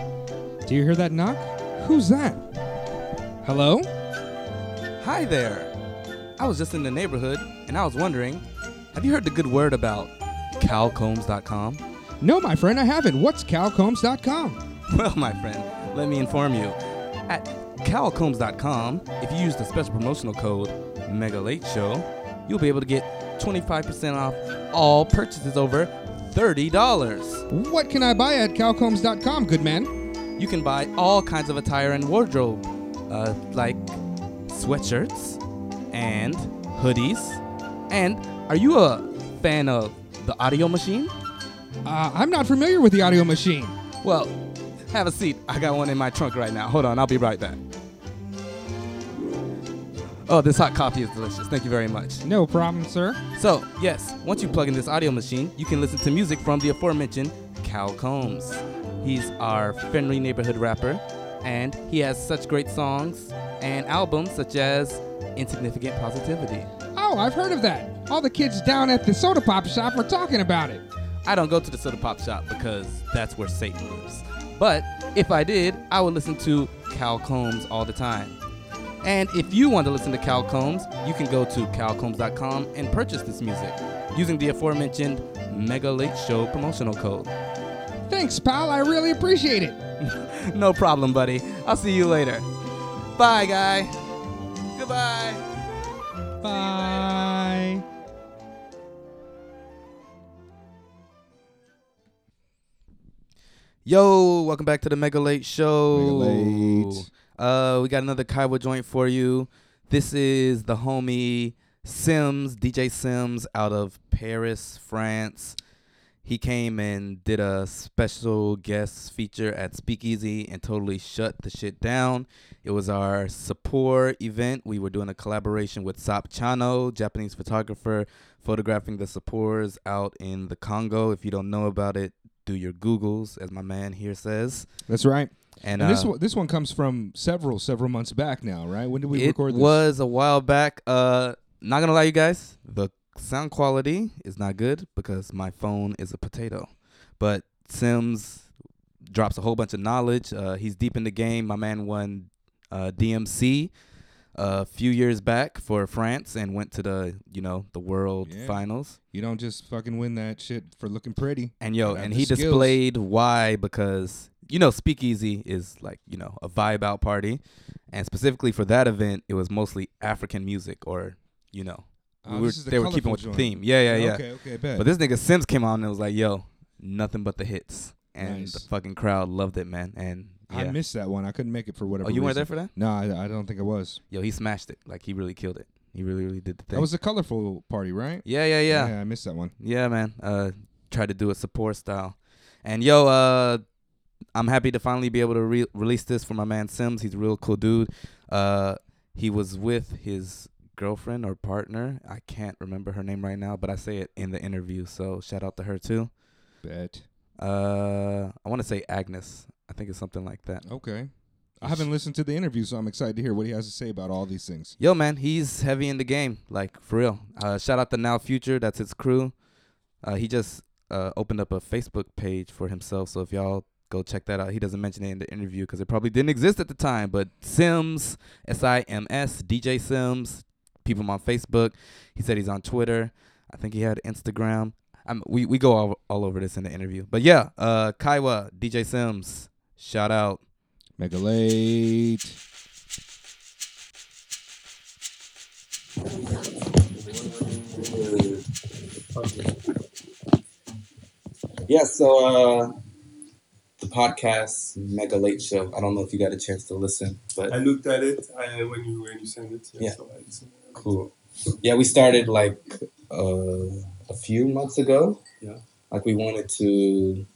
Do you hear that knock? Who's that? Hello? Hi there. I was just in the neighborhood and I was wondering, have you heard the good word about calcombs.com? No, my friend, I haven't. What's calcombs.com? Well, my friend, let me inform you. At calcombs.com, if you use the special promotional code Mega Late Show, you'll be able to get 25% off all purchases over $30. What can I buy at calcombs.com, good man? You can buy all kinds of attire and wardrobe, uh, like sweatshirts and hoodies. And are you a fan of the audio machine? Uh, I'm not familiar with the audio machine. Well, have a seat. I got one in my trunk right now. Hold on, I'll be right back. Oh, this hot coffee is delicious. Thank you very much. No problem, sir. So, yes, once you plug in this audio machine, you can listen to music from the aforementioned Cal Combs. He's our friendly neighborhood rapper, and he has such great songs and albums such as Insignificant Positivity. Oh, I've heard of that. All the kids down at the soda pop shop are talking about it. I don't go to the soda pop shop because that's where Satan lives. But if I did, I would listen to Cal Combs all the time. And if you want to listen to Cal Combs, you can go to calcombs.com and purchase this music using the aforementioned Mega Late Show promotional code. Thanks, pal. I really appreciate it. No problem, buddy. I'll see you later. Bye, guy. Goodbye. Bye. Yo, welcome back to the Mega Late Show. Mega Late. Uh, we got another Kaiwa joint for you. This is the homie Sims, DJ Sims, out of Paris, France. He came and did a special guest feature at Speakeasy and totally shut the shit down. It was our support event. We were doing a collaboration with Sap Chano, Japanese photographer, photographing the supporters out in the Congo. If you don't know about it, do your Googles, as my man here says. That's right. And, And this uh, one, this one comes from several several months back now, right? When did we it record this? was a while back. Uh, not gonna lie, you guys, the sound quality is not good because my phone is a potato. But Sims drops a whole bunch of knowledge. Uh, he's deep in the game. My man won uh, DMC a few years back for France and went to the you know the world Yeah. finals. You don't just fucking win that shit for looking pretty. And yo, Gotta have and the he skills. displayed why because you know Speakeasy is like you know a vibe out party, and specifically for that event, it was mostly African music or you know Oh, we were, this is the they were keeping colorful with the joint. theme. Yeah, yeah, yeah. Okay, okay, bet. But this nigga Sims came on and was like, "Yo, nothing but the hits," and Nice. the fucking crowd loved it, man. And yeah. I missed that one. I couldn't make it for whatever. oh, you weren't reason. there for that? No, I, I don't think I was. Yo, he smashed it. Like he really killed it. He really, really did the thing. That was the colorful party, right? yeah, yeah, yeah. I missed that one. Yeah, man. Uh, try to do it support style. And yo, uh, I'm happy to finally be able to re- release this for my man Sims. He's a real cool dude. Uh, he was with his girlfriend or partner. I can't remember her name right now, but I say it in the interview. So shout out to her too. Bet. Uh, I want to say Agnes. I think it's something like that. Okay. I haven't listened to the interview, so I'm excited to hear what he has to say about all these things. Yo, man, he's heavy in the game, like for real. Uh, shout out to Now Future, that's his crew. Uh, he just uh, opened up a Facebook page for himself, so if y'all go check that out, he doesn't mention it in the interview because it probably didn't exist at the time. But Sims, S I M S, DJ Sims, people on Facebook. He said he's on Twitter. I think he had Instagram. I'm, we we go all, all over this in the interview, but yeah, uh, Kaiwa, DJ Sims, shout out. Mega late. Yeah, so uh, the podcast Mega Late Show. I don't know if you got a chance to listen, I but looked at it I, when you when you sent it. Yeah. So I listened. cool. Yeah, we started like uh, a few months ago. Yeah. Like we wanted to.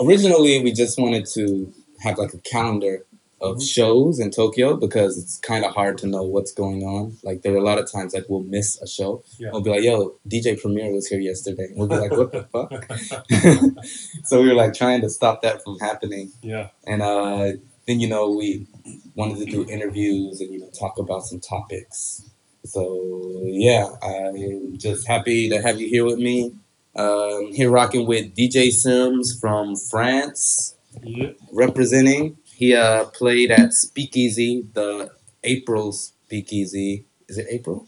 Originally, we just wanted to have like a calendar of Mhm. shows in Tokyo because it's kind of hard to know what's going on. Like there are a lot of times like we'll miss a show. Yeah. We'll be like, "Yo, DJ Premier was here yesterday." We'll be like, "What the fuck?" so we were like trying to stop that from happening. Yeah. and uh, then you know we wanted to do interviews and you know talk about some topics. So yeah, I'm just happy to have you here with me. Um, here rocking with DJ Sims from France. Yeah. representing. He uh, played at Speakeasy, the April Speakeasy. Is it April?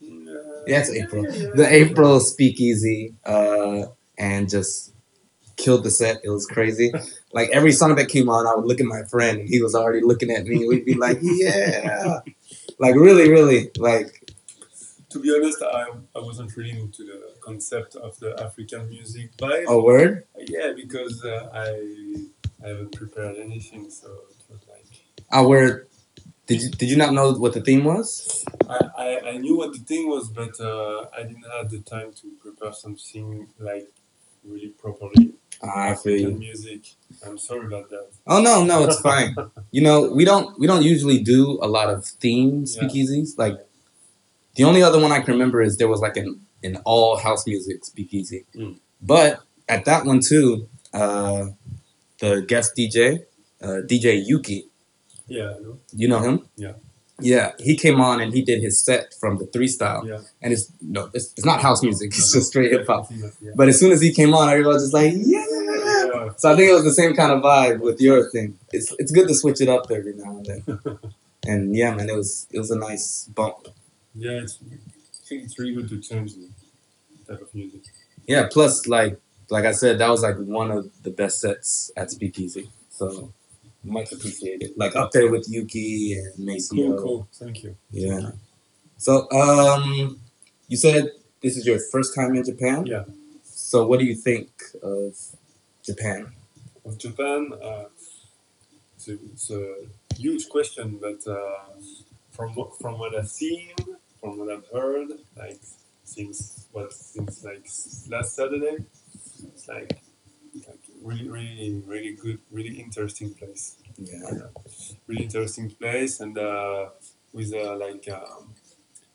Yeah, it's April. The April Speakeasy, uh, and just killed the set. It was crazy. Like every song that came on, I would look at my friend, and he was already looking at me. We'd be like, "Yeah!" Like really, really, like To be honest, I, I wasn't really into the concept of the African music vibe. a word. Yeah, because uh, I I haven't prepared anything, so it was like A word. Did you, did you not know what the theme was? I, I, I knew what the thing was, but uh, I didn't have the time to prepare something like really properly. I feel you. African music. I'm sorry about that. Oh no, no, it's fine. you know, we don't we don't usually do a lot of theme Yeah. speakeasies. Like the only other one I can remember is there was like an an all house music speakeasy. Mm. But at that one too, uh, the guest DJ, uh, DJ Yuki, Yeah, I know. you know him? Yeah. Yeah, he came on and he did his set from the three style, Yeah. and it's no, it's, it's Oh. not house music. It's just straight hip hop. Yeah. But as soon as he came on, everybody was just like, yeah. Yeah. So I think it was the same kind of vibe with your thing. It's it's good to switch it up every now and then. And yeah, man, it was it was a nice bump. Yeah, it's, I think it's really good to change the type of music. Yeah, plus like like I said, that was like one of the best sets at Speakeasy. So much appreciated. Like up there with Yuki and Macy. Cool, cool. Thank you. Yeah. So um you said this is your first time in Japan? Yeah. So what do you think of Japan? Of Japan, uh, it's, a, it's a huge question, but uh, from what- from what I've seen, from what I've heard, like since what since like s- last Saturday, it's like like really really really good, really interesting place. Yeah. Yeah. really interesting place and uh, with uh, like um,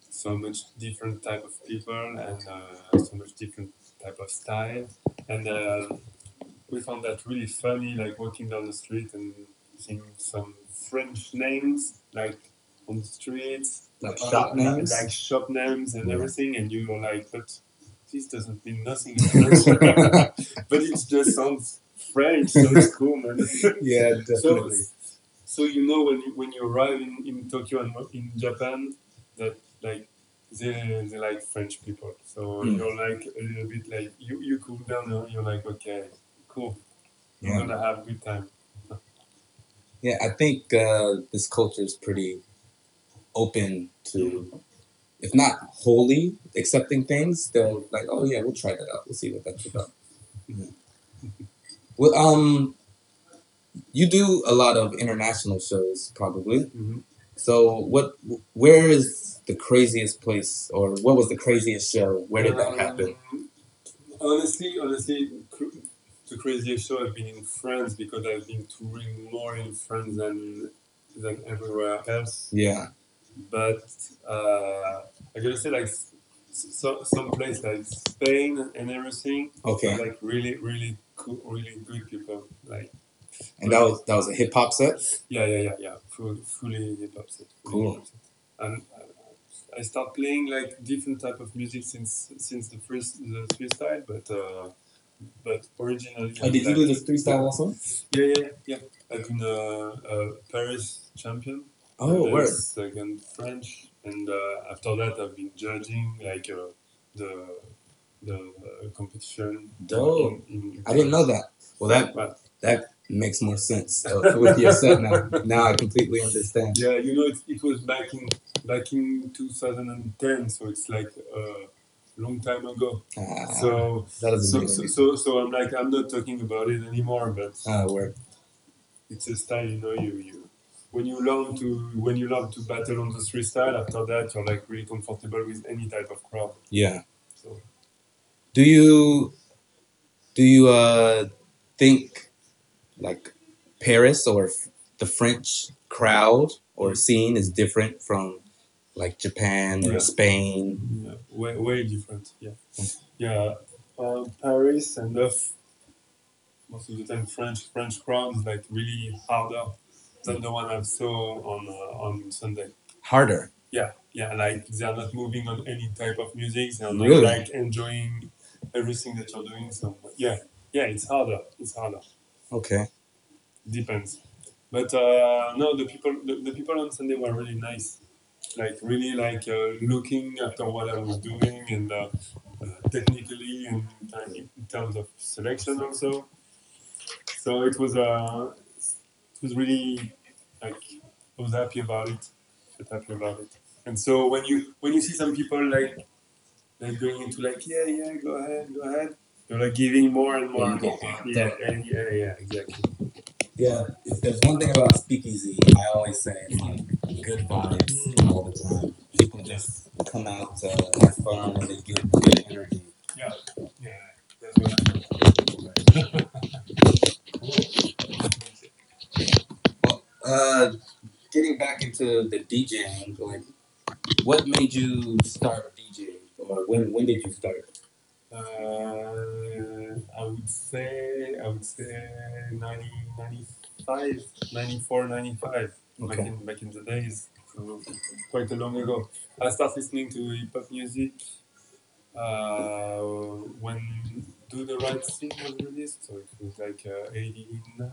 so much different type of people and uh, so much different type of style and uh, we found that really funny like walking down the street and seeing some french names like on the streets Like uh, shop names? like shop names and Yeah. everything and you were like but this doesn't mean nothing in French." but it just sounds french so it's cool man Yeah, so, so you know when you, when you arrive in, in Tokyo and in Japan that like they, they like French people. So Mm. you're like a little bit like you, you cool down and you're like okay cool we're Yeah. gonna have a good time. Yeah, I think uh, this culture is pretty open to, if not wholly accepting things, they're like, oh yeah, we'll try that out. We'll see what that's about. Yeah. Well, um, you do a lot of international shows, probably. Mhm. So, what, where is the craziest place, or what was the craziest show? Where did that happen? Um, Honestly, honestly, cr- the craziest show I've been in France because I've been touring more in France than than everywhere else. Yeah, but uh, I gotta say, like, s- so, some place like Spain and everything, okay, like really, really cool, really good people. Like, and that was that was a hip hop set. yeah, yeah, yeah, yeah, full, fully hip hop set. fully Cool. hip hop set. And uh, I start playing like different type of music since since the first the freestyle, but uh, but originally. Oh, did you like- do the freestyle also? Yeah, yeah, yeah. I've been uh, uh, Paris champion. Oh, And word. Second French, and uh, after that, I've been judging like uh, the the uh, competition. Dope. in- in- I didn't know that. Well, that But, makes more sense uh, with your set now. Now I completely understand. yeah, you know, it, it was back in back in 2010, so it's like a long time ago. Ah, so, that is so, so amazing. so so I'm like I'm not talking about it anymore, but Ah, word. it's a style you know you you when you learn to when you learn to battle on the three style after that you're like really comfortable with any type of crowd Yeah. so Do you do you uh think like Paris or f- the French crowd or scene is different from like Japan or Yeah. Spain? yeah, way, way different yeah yeah uh, paris and of most of the time french french crowd is like really harder than the one i saw on uh, on sunday Harder. yeah yeah like they are not moving on any type of music they are not Really? like enjoying everything that you're doing so yeah yeah it's harder it's harder Okay. depends. But uh, no, the people the, the people on Sunday were really nice, like really like uh, looking after what I was doing and uh, uh, technically and in terms of selection also. So it was uh, it was really like I was happy about it, was happy about it. And so when you when you see some people like like going into like yeah yeah go ahead go ahead, you're like giving more and more. Yeah, you get pumped Yeah up. yeah yeah, yeah exactly. Yeah, if there's one thing about speakeasy, I always say it's like good vibes all the time. People just come out to have fun and they get good energy. Yeah, yeah, that's what I Uh, getting back into the DJing, like, what made you start DJing, or when when did you start? Uh, I would say, I would say 90, 95, 94, 95, back, Okay. in, back in the days, so quite a long ago. I started listening to hip hop music uh, when Do the Right Thing was released, so it was like uh, 89,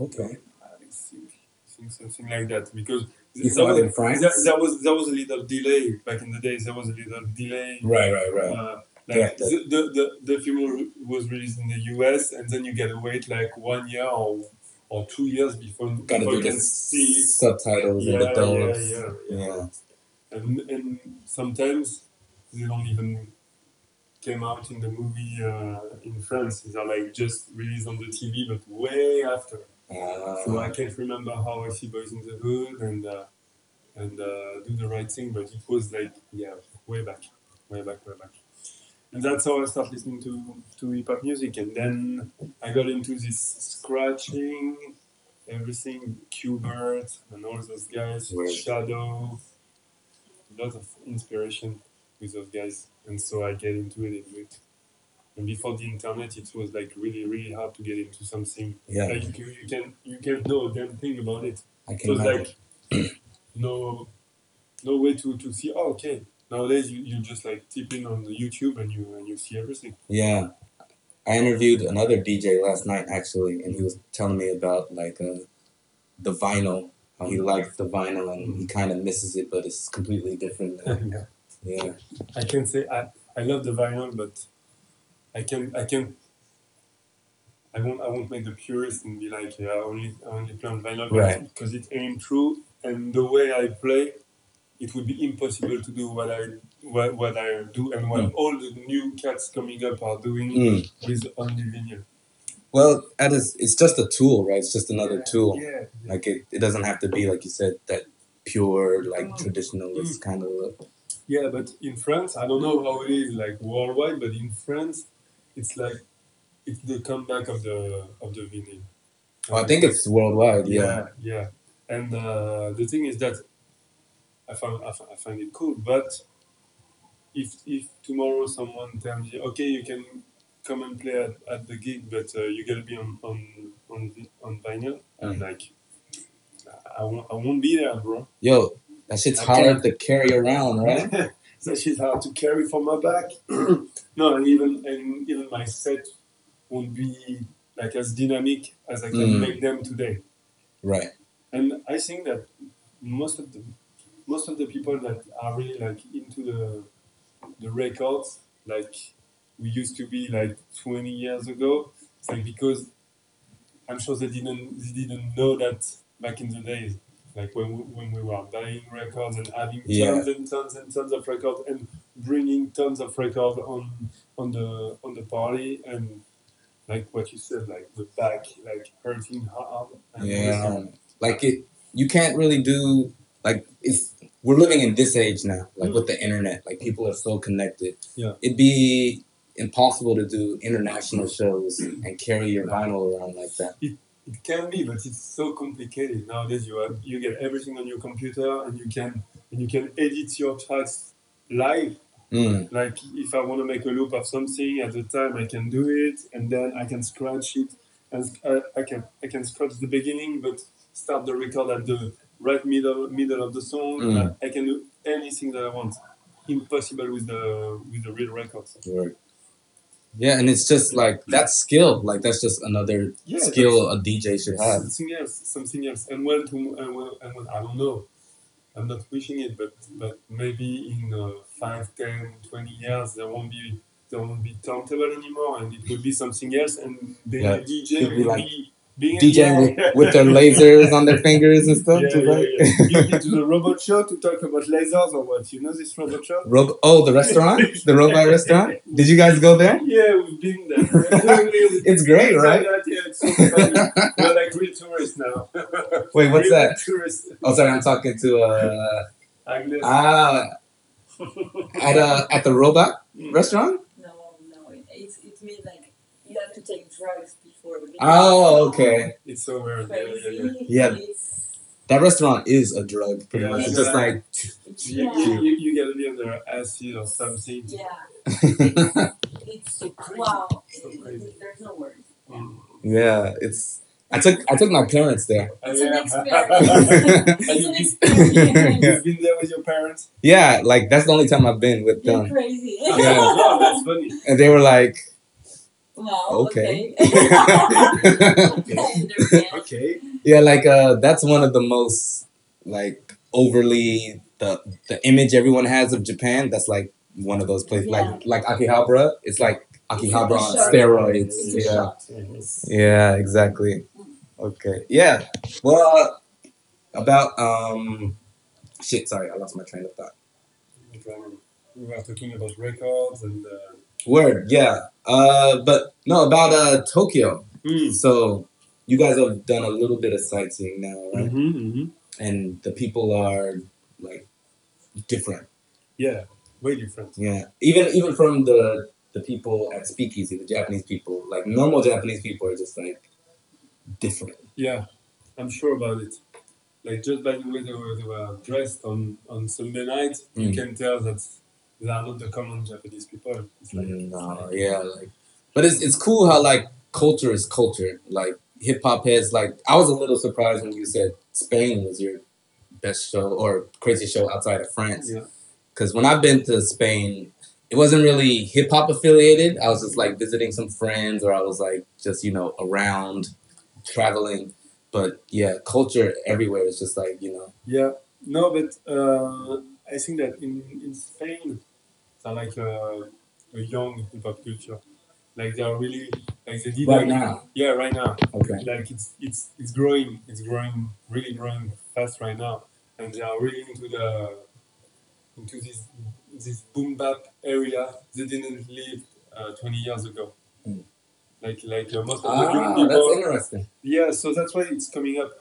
Okay. I think, I think something like that, because You there saw it was, in France. there, there was, there was a little delay back in the days, there was a little delay Right, right, right. uh, Yeah, like the, the, the, the film was released in the US, and then you get to wait like one year or, or two years before, Gotta before do you can the see it. subtitles Yeah, and the yeah, doors. yeah, yeah. Yeah. And, and sometimes they don't even came out in the movie uh, in France. They are like just released on the TV, but way after. So Uh, I can't remember how I see Boys in the Hood and uh, and uh, do the right thing, but it was like yeah, way back, way back, way back. And that's how I started listening to to hip hop music, and then I got into this scratching, everything, Qbert and all those guys, Right. Shadow, lots of inspiration with those guys, and so I get into it. into it. And before the internet, it was like really, really hard to get into something yeah. like you, you can you can know a damn thing about it. I So can it's imagine. like no no way to, to see oh okay. Nowadays you, you just like tip in on the YouTube and you and you see everything. Yeah. I interviewed another DJ last night actually, and he was telling me about like uh, the vinyl, how he likes the vinyl and Mm-hmm. he kind of misses it, but it's completely different. than- yeah. I can say I, I love the vinyl but I can I can I won't I won't make the purist and be like yeah I only I only play on vinyl Right. because it ain't true and the way I play it would be impossible to do what I what, what I do and what Hmm. all the new cats coming up are doing. Mm. with only vinyl. Well, that is, it's just a tool, right? It's just another tool. Yeah. Like it, it doesn't have to be like you said that pure like Mm. traditionalist kind of look. Yeah, but in France, I don't know how it is like worldwide, but in France, it's like it's the comeback of the of the vinyl. Well, Oh, I think it's worldwide. Yeah. yeah, yeah. And uh, the thing is that I find I, find- I find it cool, but if if tomorrow someone tells you, okay, you can come and play at, at the gig, but uh, you gotta be on on on, vi- on vinyl, I'm Mhm. like, I won't I won't be there, bro. Yo, that shit's I hard can't- to carry around, right? that she's hard to carry for my back. no, and even and even my set won't be like as dynamic as I can Mm. make them today. right. And I think that most of the most of the people that are really like into the the records, like we used to be like 20 years ago, it's like because I'm sure they didn't they didn't know that back in the days, like when we, when we were buying records and having Yeah. tons and tons and tons of records and bringing tons of records on on the on the party and like what you said, like the back, like hurting hard. And Yeah. Like it, you can't really do like it's. We're living in this age now, like with the internet. Like people are so connected. Mm. Yeah. It'd be impossible to do international shows and carry your vinyl around like that. It can be, but it's so complicated nowadays. You have, you get everything on your computer, and you can and you can edit your tracks live. Mm. Like if I want to make a loop of something at the time, I can do it, and then I can scratch it, and uh, I, I can I can scratch the beginning, but start the record at the right middle middle of the song. Mm. I, I can do anything that I want. Impossible with the with the real records. Or Yeah, and it's just like that's skill. Like that's just another Yeah, skill a DJ should have. Ah, something else, something else. And when, to, and when, and when I don't know. I'm not wishing it, but but maybe in uh, 5, 10, 20 years there won't be there won't be turntable anymore, and it will be something else. And the Yeah. DJ It'll will be be, like being DJing with, with their lasers on their fingers and Yeah, stuff. yeah, just like- yeah. You'll be to the robot show to talk about lasers or what? You know this robot show? Rob- oh, the restaurant, the robot restaurant. Did you guys go there? Yeah, we've been there. it's It's great, right? Yeah, it's so funny. We're like real tourists now. Wait, what's Real that? Tourists. Oh, sorry, I'm talking to uh, Agnes. ah at uh, at the robot restaurant. No, no, it, it's it means like you have to take drugs before. the- Oh, okay. It's so weird. Yeah, yeah, yeah. Crazy. Yeah. It's, That restaurant is a drug, pretty Yeah. much. It's just like it's, You, yeah, you, you, you get a bit under acid or something. yeah. It's So crazy. wow. So it- crazy. it- there's no words. Mm. yeah, it's. I took I took my parents there. It's Yeah. an experiment. it's an experience. You've been there with your parents? Yeah, like that's the only time I've been with You're them, crazy. Oh, Yeah. wow, that's funny. and they were like, wow. Okay. Okay. okay. understand. Okay. yeah, like uh, that's one of the most like overly the the image everyone has of Japan. That's like one of those places, Yeah. like like Akihabara. It's like Akihabara on steroids. It's a Yeah, shock. yeah, exactly. Okay, yeah. Well, uh, about um, shit. Sorry, I lost my train of thought. um, We were talking about records and. Uh, Word, yeah. Uh, but no, about uh Tokyo. Mm. So you guys have done a little bit of sightseeing now, right? mm-hmm. And the people are like different. Yeah, way different. Yeah, even even from the the people at Speakeasy, the Japanese people, like normal Japanese people are just like different. Yeah, I'm sure about it. Like just by the way they were, they were dressed on, on Sunday night, you Mm. can tell that they are not the common Japanese people. It's like, No, yeah, like, but it's it's cool how like culture is culture. Like hip hop heads. Like I was a little surprised when you said Spain was your best show or crazy show outside of France. Yeah. Because when I've been to Spain, it wasn't really hip hop affiliated. I was just like visiting some friends, or I was like just you know around traveling. But yeah, culture everywhere is just like you know. Yeah, no, but uh, I think that in, in Spain, they're like a, a young hip hop culture. Like they are really like they did Right now. Yeah, right now. Okay. Like it's it's it's growing. It's growing really growing fast right now, and they are really into the into this this boom bap area they didn't live uh, 20 years ago. Mm. Like like uh, most of the young Ah, people. that's interesting. Yeah, so that's why it's coming up.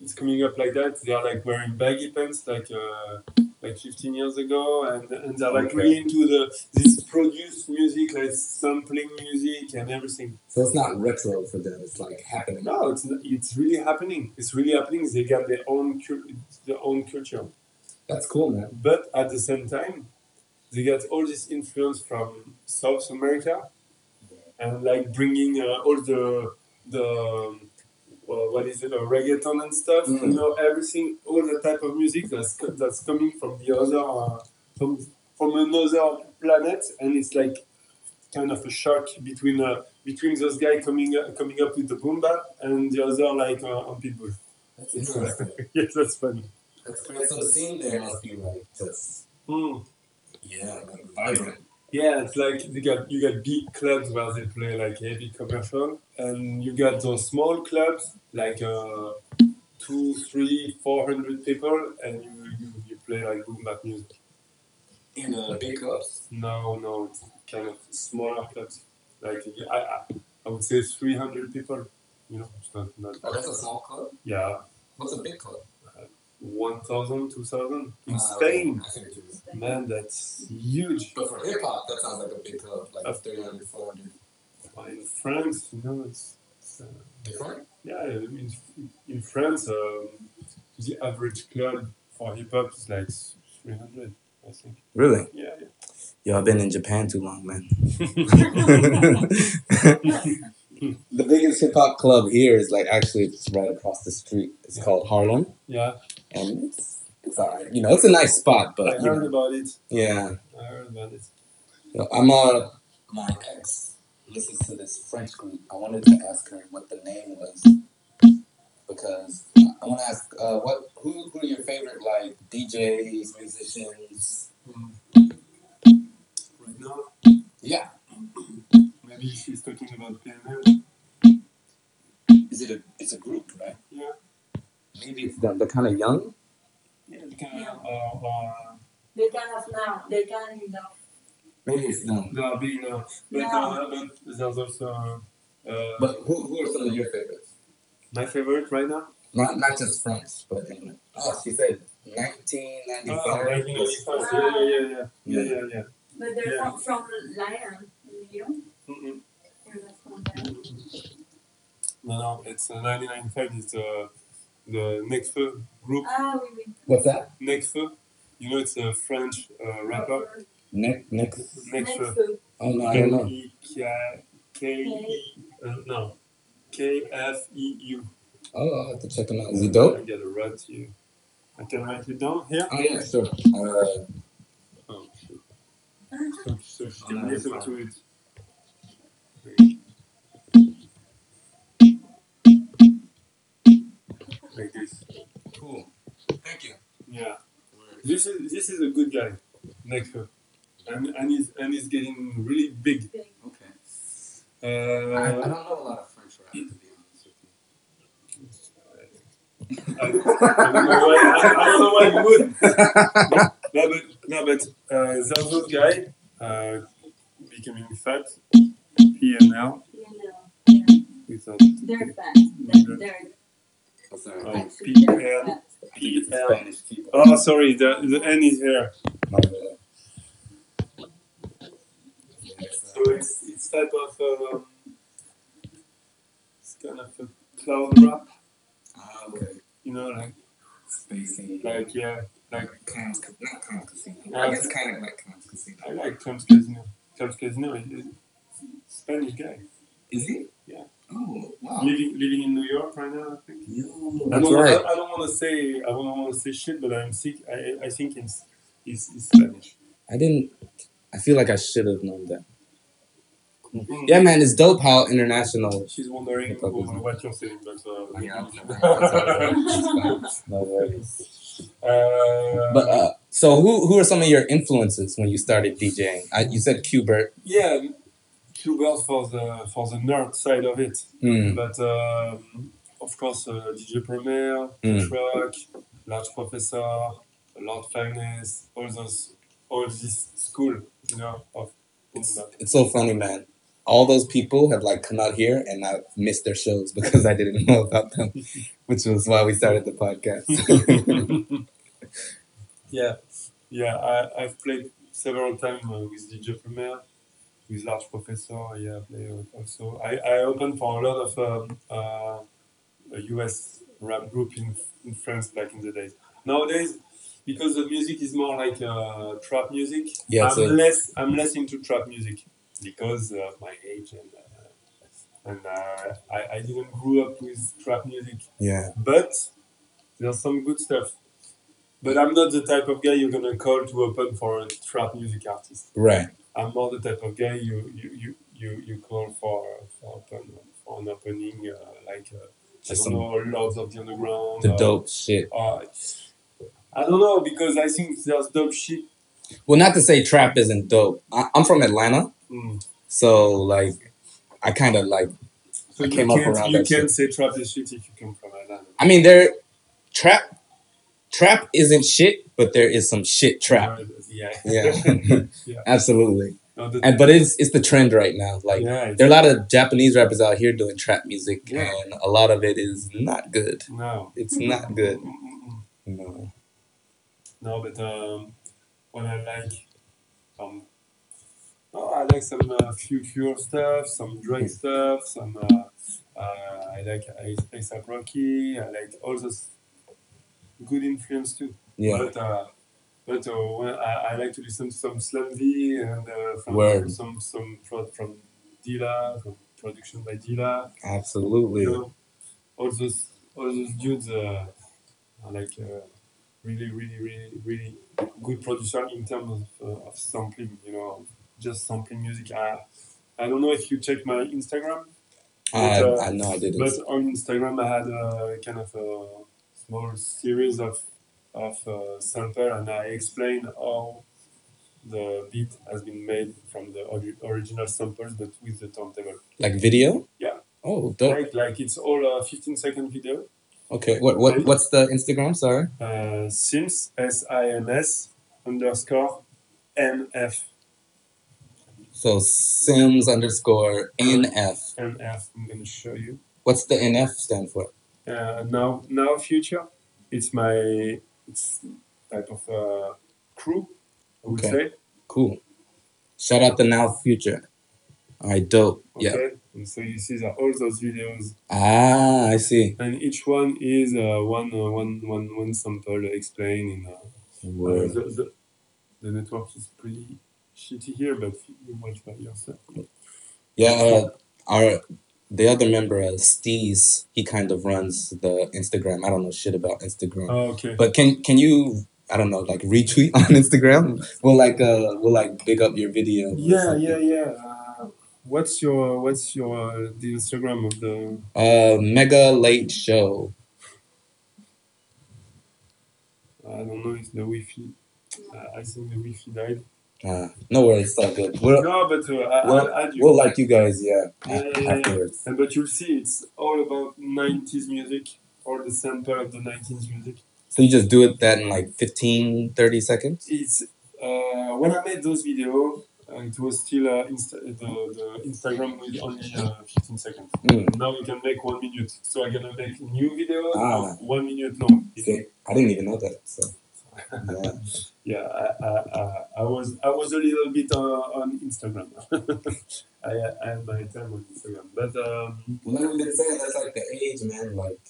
It's coming up like that. They are like wearing baggy pants, like uh, like 15 years ago, and, and they're like Okay. really into the this produced music, like sampling music and everything. So it's not retro for them. It's like happening. No, it's n- it's really happening. It's really happening. They got their own cul- their own culture, That's cool, man. but at the same time, they got all this influence from South America, and like bringing uh, all the the um, well, what is it, uh, reggaeton and stuff. You Mm. know everything, all the type of music that's co- that's coming from the other uh, from from another planet, and it's like kind of a shock between uh, between those guys coming uh, coming up with the boom bap and the other like uh, on pitbull. That's interesting. yes, that's funny. That's great. So the scene there must be like just Mm. yeah, like vibrant. Yeah, it's like you got you got big clubs where they play like heavy commercial, and you got those small clubs like uh, two, three, four hundred people, and you, you, you play like boom bap music. In a big clubs. No, no, it's kind of smaller clubs. Like I, I, I would say three hundred people. You know, it's not, not Oh, that's a small club. yeah, What's a big club? one thousand, two thousand in Ah, okay. Spain. I see what you mean. Man, that's huge. But for hip hop, that sounds like a big club, like Uh, 300, 400. In France, you know, it's. it's uh, Different? Yeah, in, in France, um, the average club for hip hop is like 300, I think. Really? Yeah, Yo, I've been in Japan too long, man. yeah. the biggest hip hop club here is like actually it's right across the street. It's called Harlem, yeah. and it's it's alright. You know, it's a nice spot, I but you heard know, about it. yeah. I heard about it. You know, I'm on my ex listens to this French group. I wanted to ask her what the name was because I want to ask uh, what who who are your favorite like DJs, musicians? Mm. Right now, Yeah, maybe she's talking about PNL. is it a it's a group, right? Yeah. Maybe it's them. They're kind of young. Yeah. Kind of, or, or They kind of now. They kind of now. Maybe it's them. there are being, uh, but, uh, but there's also uh, But who who are some of your favorites? my favorite right now. Not not just French, but anyway. Oh, she said 1995. Oh, yeah, yeah, yeah, yeah, yeah, yeah, yeah. But they're Yeah. from, from Lyon, Lyon. Mm-mm. They're not from Lyon. No, no, it's uh, 995 is uh, the next Feu group. Ah, oui, oui. What's that? Next Feu, you know, it's a French uh, rapper. Nick Nick. Next Feu. food. Oh no, I don't know. K E- K E uh, no K F E U. Oh, I'll have to check him out. Is he dope? I gotta write to you. I can write it down here. Oh yeah, sure. Uh, Oh, shit. so, so she can Oh, no, it's listen fine. to it. Like this. cool. Thank you. Yeah. This is this is a good guy, next to and and he's and he's getting really big. Okay. Uh, I, I don't know a lot of French rap to be honest with you. I, I don't know why. I, I don't know why you would. No, but no, but uh, there's those guy uh, becoming fat. He and now You know, yeah. without They're fat. They're, they're Oh, sorry. Oh, I think actually PL. they're fat. it's the PL. Spanish people. Oh, sorry. The the N is here. My bad. Yeah, it's, So uh, it's it's type of um, it's kind of a cloud rap. ah, okay. You know, like Spacey. like yeah, like Clowns, Ca- not Clowns Casino. I guess kind of like Clowns Casino. I like Tom's Casino. Tom's Casino is is Spanish guy Is he? Yeah. Oh, wow. living living in New York right now. I think. Yo. I don't, I, I don't want to say I don't want to say shit, but I'm sick. I I think it's it's, it's Spanish. I didn't. I feel like I should have known that. Yeah, man, it's dope how international. She's wondering Hip-hop is- over what you're saying, but uh, No worries. uh, But uh, so who who are some of your influences when you started DJing? I, you said Qbert. yeah, too well for the for the nerd side of it. Mm. But um, of course, uh, DJ Premier, Mm. Truck, Large Professor, Lord Finance, all those, all this school, you know, of It's, it's so funny, man. All those people have like come out here, and I missed their shows because I didn't know about them, which was why we started the podcast. yeah, yeah. I I've played several times uh, with DJ Premier, with Large Professor. Yeah, I play uh, also. I I opened for a lot of um, uh, a US rap group in in France back in the days. Nowadays. Because the music is more like uh, trap music, Yeah, I'm so- less I'm less into trap music because uh, of my age and uh, and uh, I, I didn't grow up with trap music yeah, but there's some good stuff. But I'm not the type of guy you're gonna call to open for a trap music artist. right. I'm more the type of guy you you you, you, you call for for, open, for an opening uh, like uh, I Just don't some know Lords of the Underground. the or- dope shit. or- I don't know because I think there's dope shit. Well, not to say trap isn't dope. I, I'm from Atlanta, Mm. so like, I kind of like. So I you came up can't around you that can't say trap is shit if you come from Atlanta. I mean, there, trap, trap isn't shit, but there is some shit trap. Yeah. Yeah, Yeah. absolutely. No, the- And but it's it's the trend right now. Like yeah, it's- there are a lot of Japanese rappers out here doing trap music, Yeah. and a lot of it is not good. no. It's not good. Mm-mm-mm. No. No, but um, what I like, um, oh, I like some uh, future stuff, some Hmm. Drake stuff, some uh, uh, I like ASAP Rocky. I like all those good influence too. Yeah. But uh, but uh, when I, I like to listen to some Slam V and uh, from Word. some some pro- from Dilla, from production by Dilla. Absolutely. You know, all those all those dudes uh, are like uh, really, really, really, really good producer in terms of, uh, of sampling. You know, just sampling music. I I don't know if you check my Instagram, I, But, uh, I know I didn't. but on Instagram I had a kind of a small series of of uh, sample, and I explained how the beat has been made from the ori- original samples, but with the turntable. like video? Yeah. Oh, dope. Like like it's all a 15 second video. Okay. What what what's the Instagram? Sorry. Uh, Sims S I M S underscore M F So Sims underscore NF. M F. I'm gonna show you. What's the NF stand for? uh, now now future it's my it's type of uh, crew i would Okay. say Cool. Shout out to Now Future. All right, dope. Yeah. okay and so you see the, all those videos Ah, I see. and each one is uh, one, uh, one, one, one sample explaining uh, uh, Word. the, the, the network is pretty shitty here but you watch by yourself Yeah, uh, our the other member, uh, Steez, he kind of runs the Instagram. I don't know shit about Instagram, oh, okay but can can you? I don't know, like retweet on Instagram. We'll like uh, we'll like big up your video. or yeah something. yeah yeah uh, what's your what's your uh, the instagram of the Uh, mega late show. i don't know if the wi-fi uh, i think the wi-fi died Uh, no worries, it's all good. We'll no but uh, I, Well, I, I, you. we'll like you guys. Yeah, Yeah, yeah, yeah. afterwards. And but you'll see, it's all about 90s music or the sample of the 90s music. So you just do it that in like 15, 30 seconds. It's uh, when I made those videos, uh, it was still uh, Insta- the, the Instagram with only uh, 15 seconds. Mm. Now you can make one minute. So I'm gonna make new video Ah. of one minute long. Okay, I didn't even know that. So yeah. Yeah, I, I, I, I was I was a little bit uh, on Instagram. I, I had my time on Instagram, but um, Well, like we've been saying, that's like the age, man. Like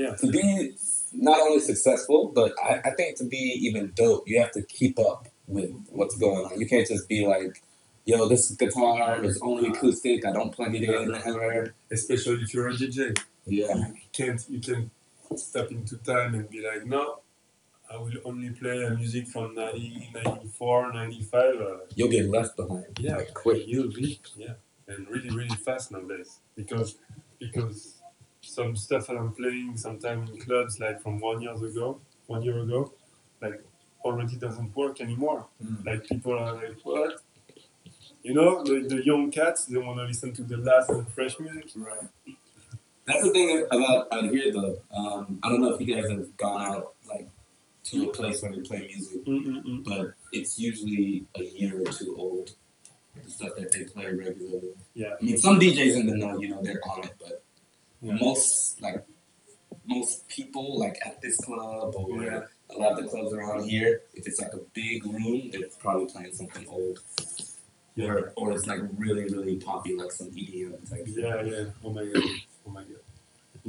yeah, to be not only successful, but I, I think to be even dope, you have to keep up with what's going on. You can't just be like, "Yo, this guitar is only acoustic. I don't plug it in ever." especially if you're a DJ. Yeah, you can't you can step into time and be like no i will only play uh, music from 90, 94 95 uh, you'll get left behind. yeah like, quick. you'll be yeah and really really fast nowadays because because some stuff that i'm playing sometime in clubs like from one year ago one year ago like already doesn't work anymore Mm. like people are like what you know the, the young cats they want to listen to the last and fresh music right That's the thing about out here, though. Um, I don't know if you guys have gone out like to a place where they play music. Mm-mm-mm. but it's usually a year or two old. The stuff that they play regularly. Yeah. I mean, some DJs in the know, you know, they're on it, but Yeah. most like most people like at this club or Yeah. a lot of the clubs around here, if it's like a big room, they're probably playing something old. Yeah. Or, or it's like really, really poppy, like some EDM type. shit. Yeah, yeah. Oh my god. Oh my god.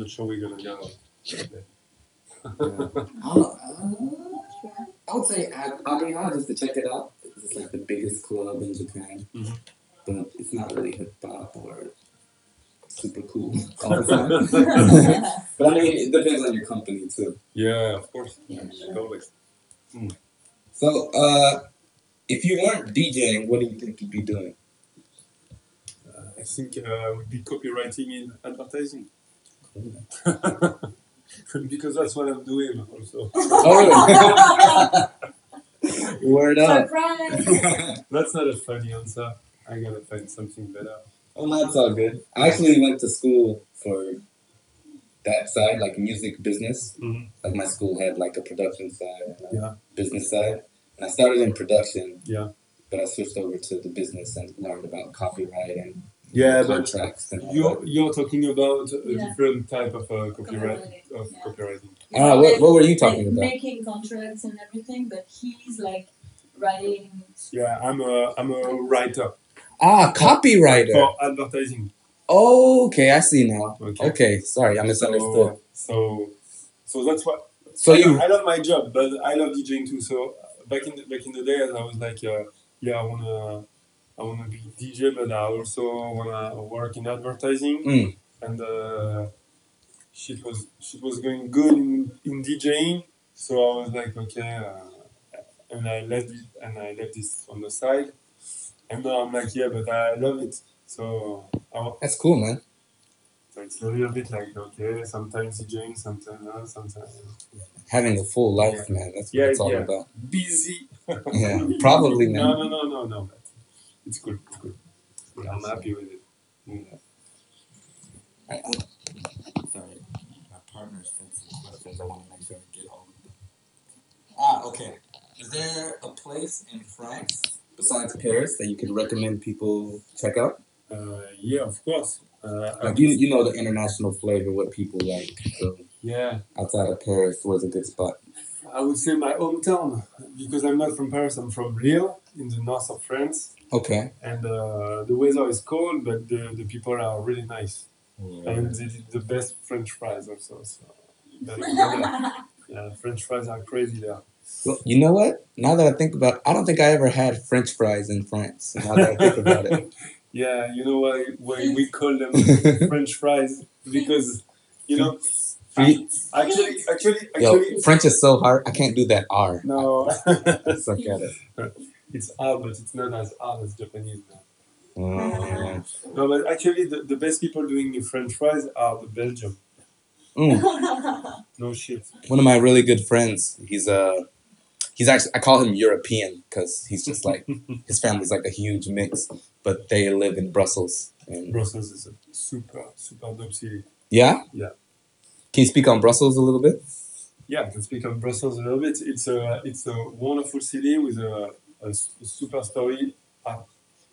Not sure we're gonna go. I, don't know, uh, I would say Ab- Abriha just to check it out. It's like the biggest club in Japan, Mhm. but it's not really hip hop or super cool all the time. but I mean, it depends on your company too. Yeah, of course. Yeah. Always. So, uh, if you weren't DJing, what do you think you'd be doing? I think uh, I would be copywriting in advertising. because that's what I'm doing also. Oh, word up. Surprise! oh, That's not a funny answer. I gotta find something better. that's all good. I actually went to school for that side, like music business. Mhm. like my school had like a production side and a Yeah. business side. And I started in production. Yeah. But I switched over to the business and learned about copyright and Yeah, but contracts and all you're that. you're talking about a Yeah. different type of uh, copyright of Yeah. copywriting. Ah, what- what were you talking like, about? Making contracts and everything, but he's like writing. Yeah, I'm a I'm a writer Ah, copywriter. for advertising. Oh, okay, I see now. Okay. Okay, sorry, I misunderstood. So, so, so that's what. So I love, you I love my job, but I love DJing too. So uh, back in the, back in the day, I was like, uh, yeah, I wanna, I wanna be DJ, but I also wanna work in advertising. Mm. And uh, shit was shit was going good in, in DJing, so I was like, okay, uh, and I left it, and I left this on the side. I know I'm like, yeah, but I love it. So I, wa- That's cool, man. so it's a little bit like, okay, sometimes DJing, sometimes not, sometimes. Having a full life, man. That's what Yeah, it's all yeah. about. Busy. Yeah, probably, man. No, no, no, no, no. But it's good. It's good. Yeah, I'm happy with it. Yeah. I, I, Sorry, my partner's sent some questions. I want to make sure I get all of them. Ah, okay. Is there a place in France? besides Paris, that you could recommend people check out. Uh, yeah, of course. Uh, I- Like you, you know the international flavor, what people like. So yeah, outside of Paris was a good spot. I would say my hometown because I'm not from Paris. I'm from Lille in the north of France, Okay. and uh, the weather is cold, but the, the people are really nice, and they did the best French fries also. So that- yeah, French fries are crazy there. Well, you know what? Now that I think about, it, I don't think I ever had French fries in France. Now that I think about it, Yeah, you know why why we call them French fries because you know Feet. actually actually yo, actually French is so hard. I can't do that R. no, I suck at it. it's hard, but it's not as hard as Japanese. Man. Mm. No, but actually, the, the best people doing French fries are the Belgium. Mm. No shit. One of my really good friends, he's Uh, He's actually, I call him European because he's just like, his family's like a huge mix, but they live in Brussels. And Brussels is a super, super dope city. Yeah? Yeah. Can you speak on Brussels a little bit? Yeah, I can speak of Brussels a little bit. It's a it's a wonderful city with a, a s- super story uh,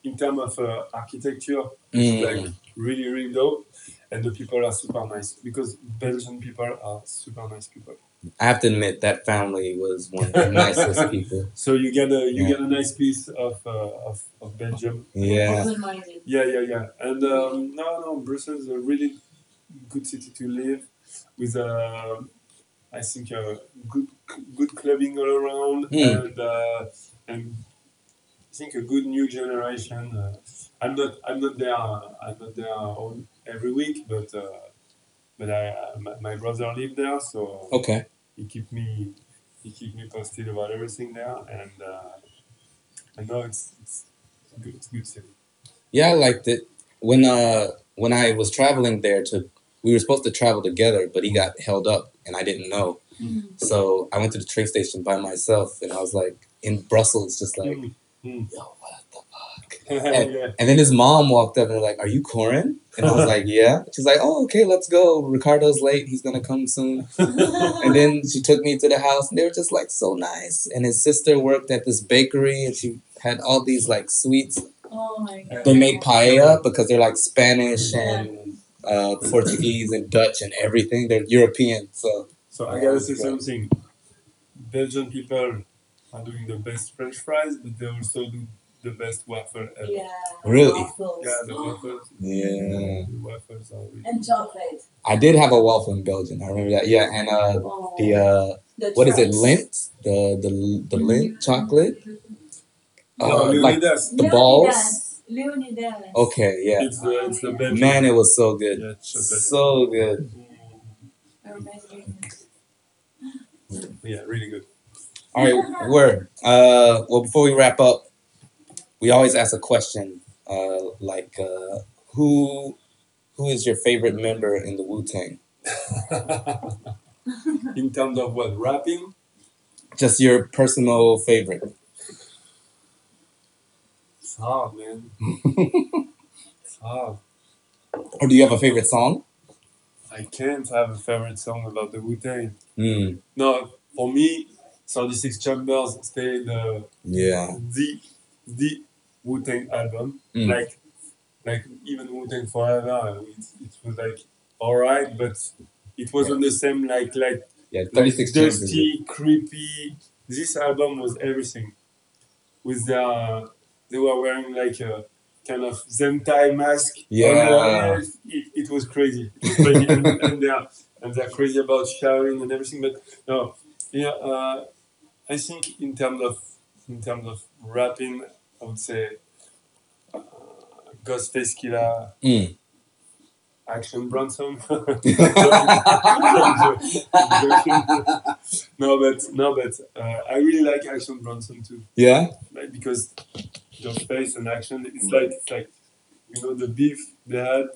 in terms of uh, architecture. It's Mm. like really, really dope. And the people are super nice because Belgian people are super nice people. I have to admit, that family was one of the nicest people. So you get a you Yeah. get a nice piece of, uh, of of Belgium. Yeah. Open-minded. Yeah, yeah, yeah. And um, no, no, Brussels is a really good city to live with, uh, I think, uh, good good clubbing all around Mm. and uh, and I think a good new generation. Uh, I'm not I'm not there uh, I'm not there on every week, but uh, but I uh, my, my brother lived there, so Okay. he keep me he keep me posted about everything there, and uh, and now it's it's good, it's good city. Yeah, I liked it. When uh when I was traveling there to we were supposed to travel together, but he got held up and I didn't know. So I went to the train station by myself and I was like in Brussels, just like, Mm. yo, what the fuck? yeah. And then his mom walked up and was like, Are you Corin? And I was like, Yeah. She's like, Oh, okay, let's go. Ricardo's late, he's gonna come soon. And then she took me to the house, and they were just like so nice. And his sister worked at this bakery, and she had all these like sweets. oh my god. They make paella because they're like Spanish and uh, Portuguese and Dutch and everything. They're European, so So I Yeah, gotta that's say right. something. Belgian people are doing the best French fries, but they also do the best waffle ever. Yeah. Really? waffles. Yeah, the waffles. yeah. The waffles are really. And chocolate. I did have a waffle in Belgium. I remember that. Yeah, and uh, Oh, the uh, the what is it? tracks. Lint, the the the lint chocolate, No, uh, you like need us. the balls. Leonidas. Leonidas. Okay, yeah. It's the it's the Belgian. Man, it was so good, Yeah, it's Mm. chocolate. so good. Amazing. yeah, really good. All right, word. Uh, well, before we wrap up, we always ask a question, uh, like uh, who who is your favorite member in the Wu Tang? In terms of what rapping, Just your personal favorite. it's hard, man. It's hard. Or do you have a favorite song? I can't have a favorite song about the Wu Tang. Hmm. No, for me, 36 Chambers stay the yeah. the the Wu Tang album. Mm. Like like even Wu Tang Forever, it, it was like alright, but it wasn't the same like like, Yeah, like 36 Chambers. dusty, creepy. This album was everything. With their they were wearing like a kind of Zentai mask. on Yeah. their head. It, it was crazy. It was crazy. and, and they're and they're crazy about showering and everything, but no, yeah, uh, I think in terms of in terms of rapping, I would say uh, Ghostface Killer, Mm. Action Bronson. no, but no, but uh, I really like Action Bronson too, Yeah? like, because your face and action. It's like it's like you know the beef they had,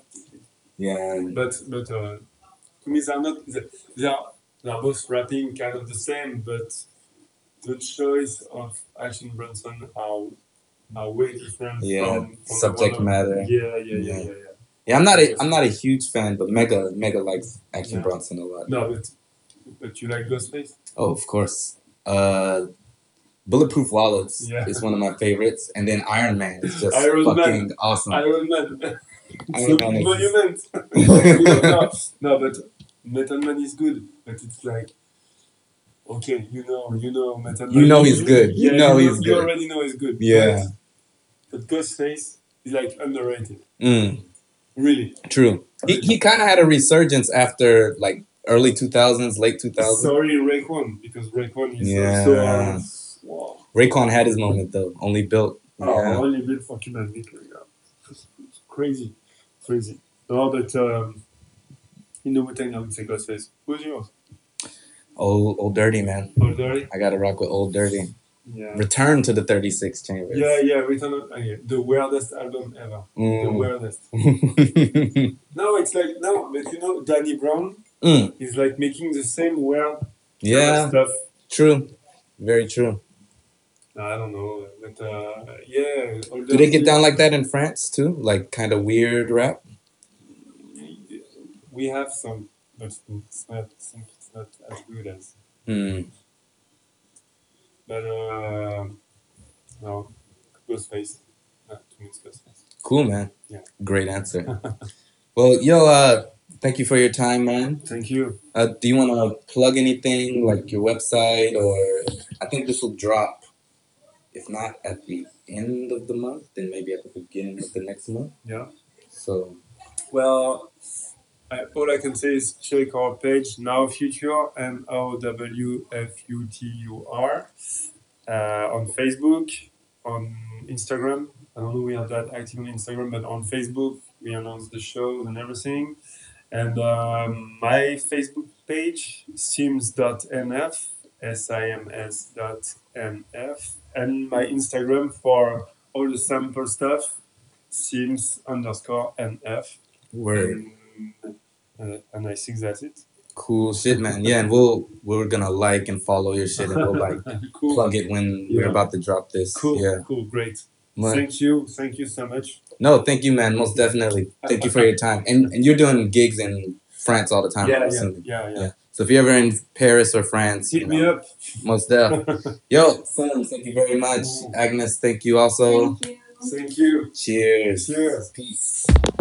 Yeah, and but but uh, to me they're not they, they are they are both rapping kind of the same, but the choice of Action Bronson are are way different. Yeah, from, from the subject one of- matter. Yeah, yeah, yeah, yeah, yeah. yeah, I'm not a I'm not a huge fan, but Mega Mega likes Action Yeah. Bronson a lot. No, but but you like Ghostface? Oh, of course. Uh, Bulletproof Wallets Yeah. is one of my favorites, and then Iron Man is just Iron Man. fucking awesome. Iron Iron Man. Iron Man is- Monument. no, no, but Metal Man is good, but it's like, okay, you know, you know, Metal Man. You know he's is- good. You Yeah, know he's You good. already know he's good. Yeah. But, but Ghostface is like underrated, Mm, really. true. He he kind of had a resurgence after like early 2000s, late 2000s. Sorry, Raekwon, because Raekwon is Yeah. so. uh, wow. Raekwon had his moment though. Only built. Oh, only been for Cuban people, yeah. It's Crazy, crazy. No, but um, in the Wu Tang, I would say Ghostface. Who's yours? Old old dirty man. Old Dirty? I gotta rock with old dirty. Yeah. Return to the 36 chambers. Yeah, yeah, Return of, okay, the weirdest album ever. The Mm. weirdest. No, it's like, no, but you know, Danny Brown Mm, is like making the same weird kind of Yeah, stuff. true. Very true. I don't know, but uh, yeah. Old Do they Dirty- get down like that in France too? Like kind of weird rap? We have some, but it's not, it's not as good as Hmm. But uh, no, Ghostface. Not to me, it's Ghostface. Cool, man. Yeah. Great answer. well, yo, uh, thank you for your time, man. Thank you. Uh, do you want to plug anything like your website or I think this will drop if not at the end of the month, then maybe at the beginning of the next month. Yeah. So Well, I, all I can say is check our page now future N O W F U T U R uh, on Facebook, on Instagram. I don't know we are that active on Instagram, but on Facebook we announce the shows and everything. And um, my Facebook page sims.nf s i m s dot n f and my Instagram for all the sample stuff sims underscore nf word, and, uh, and I think that's it. cool shit, man. Yeah, and we'll we're gonna like and follow your shit, and we'll like cool. plug it when we're Yeah. about to drop this. Cool. Yeah. Cool. Great. But- Thank you. Thank you so much. no, thank you, man. Most definitely. Thank you for your time. And and you're doing gigs in France all the time. I'm yeah, yeah, assuming. yeah, yeah. Yeah. So if you're ever in Paris or France, you Hit me know, up. most definitely. Yo, Sam, thank you very much. Agnes, thank you also. Thank you. Thank you. Cheers. Cheers. Peace.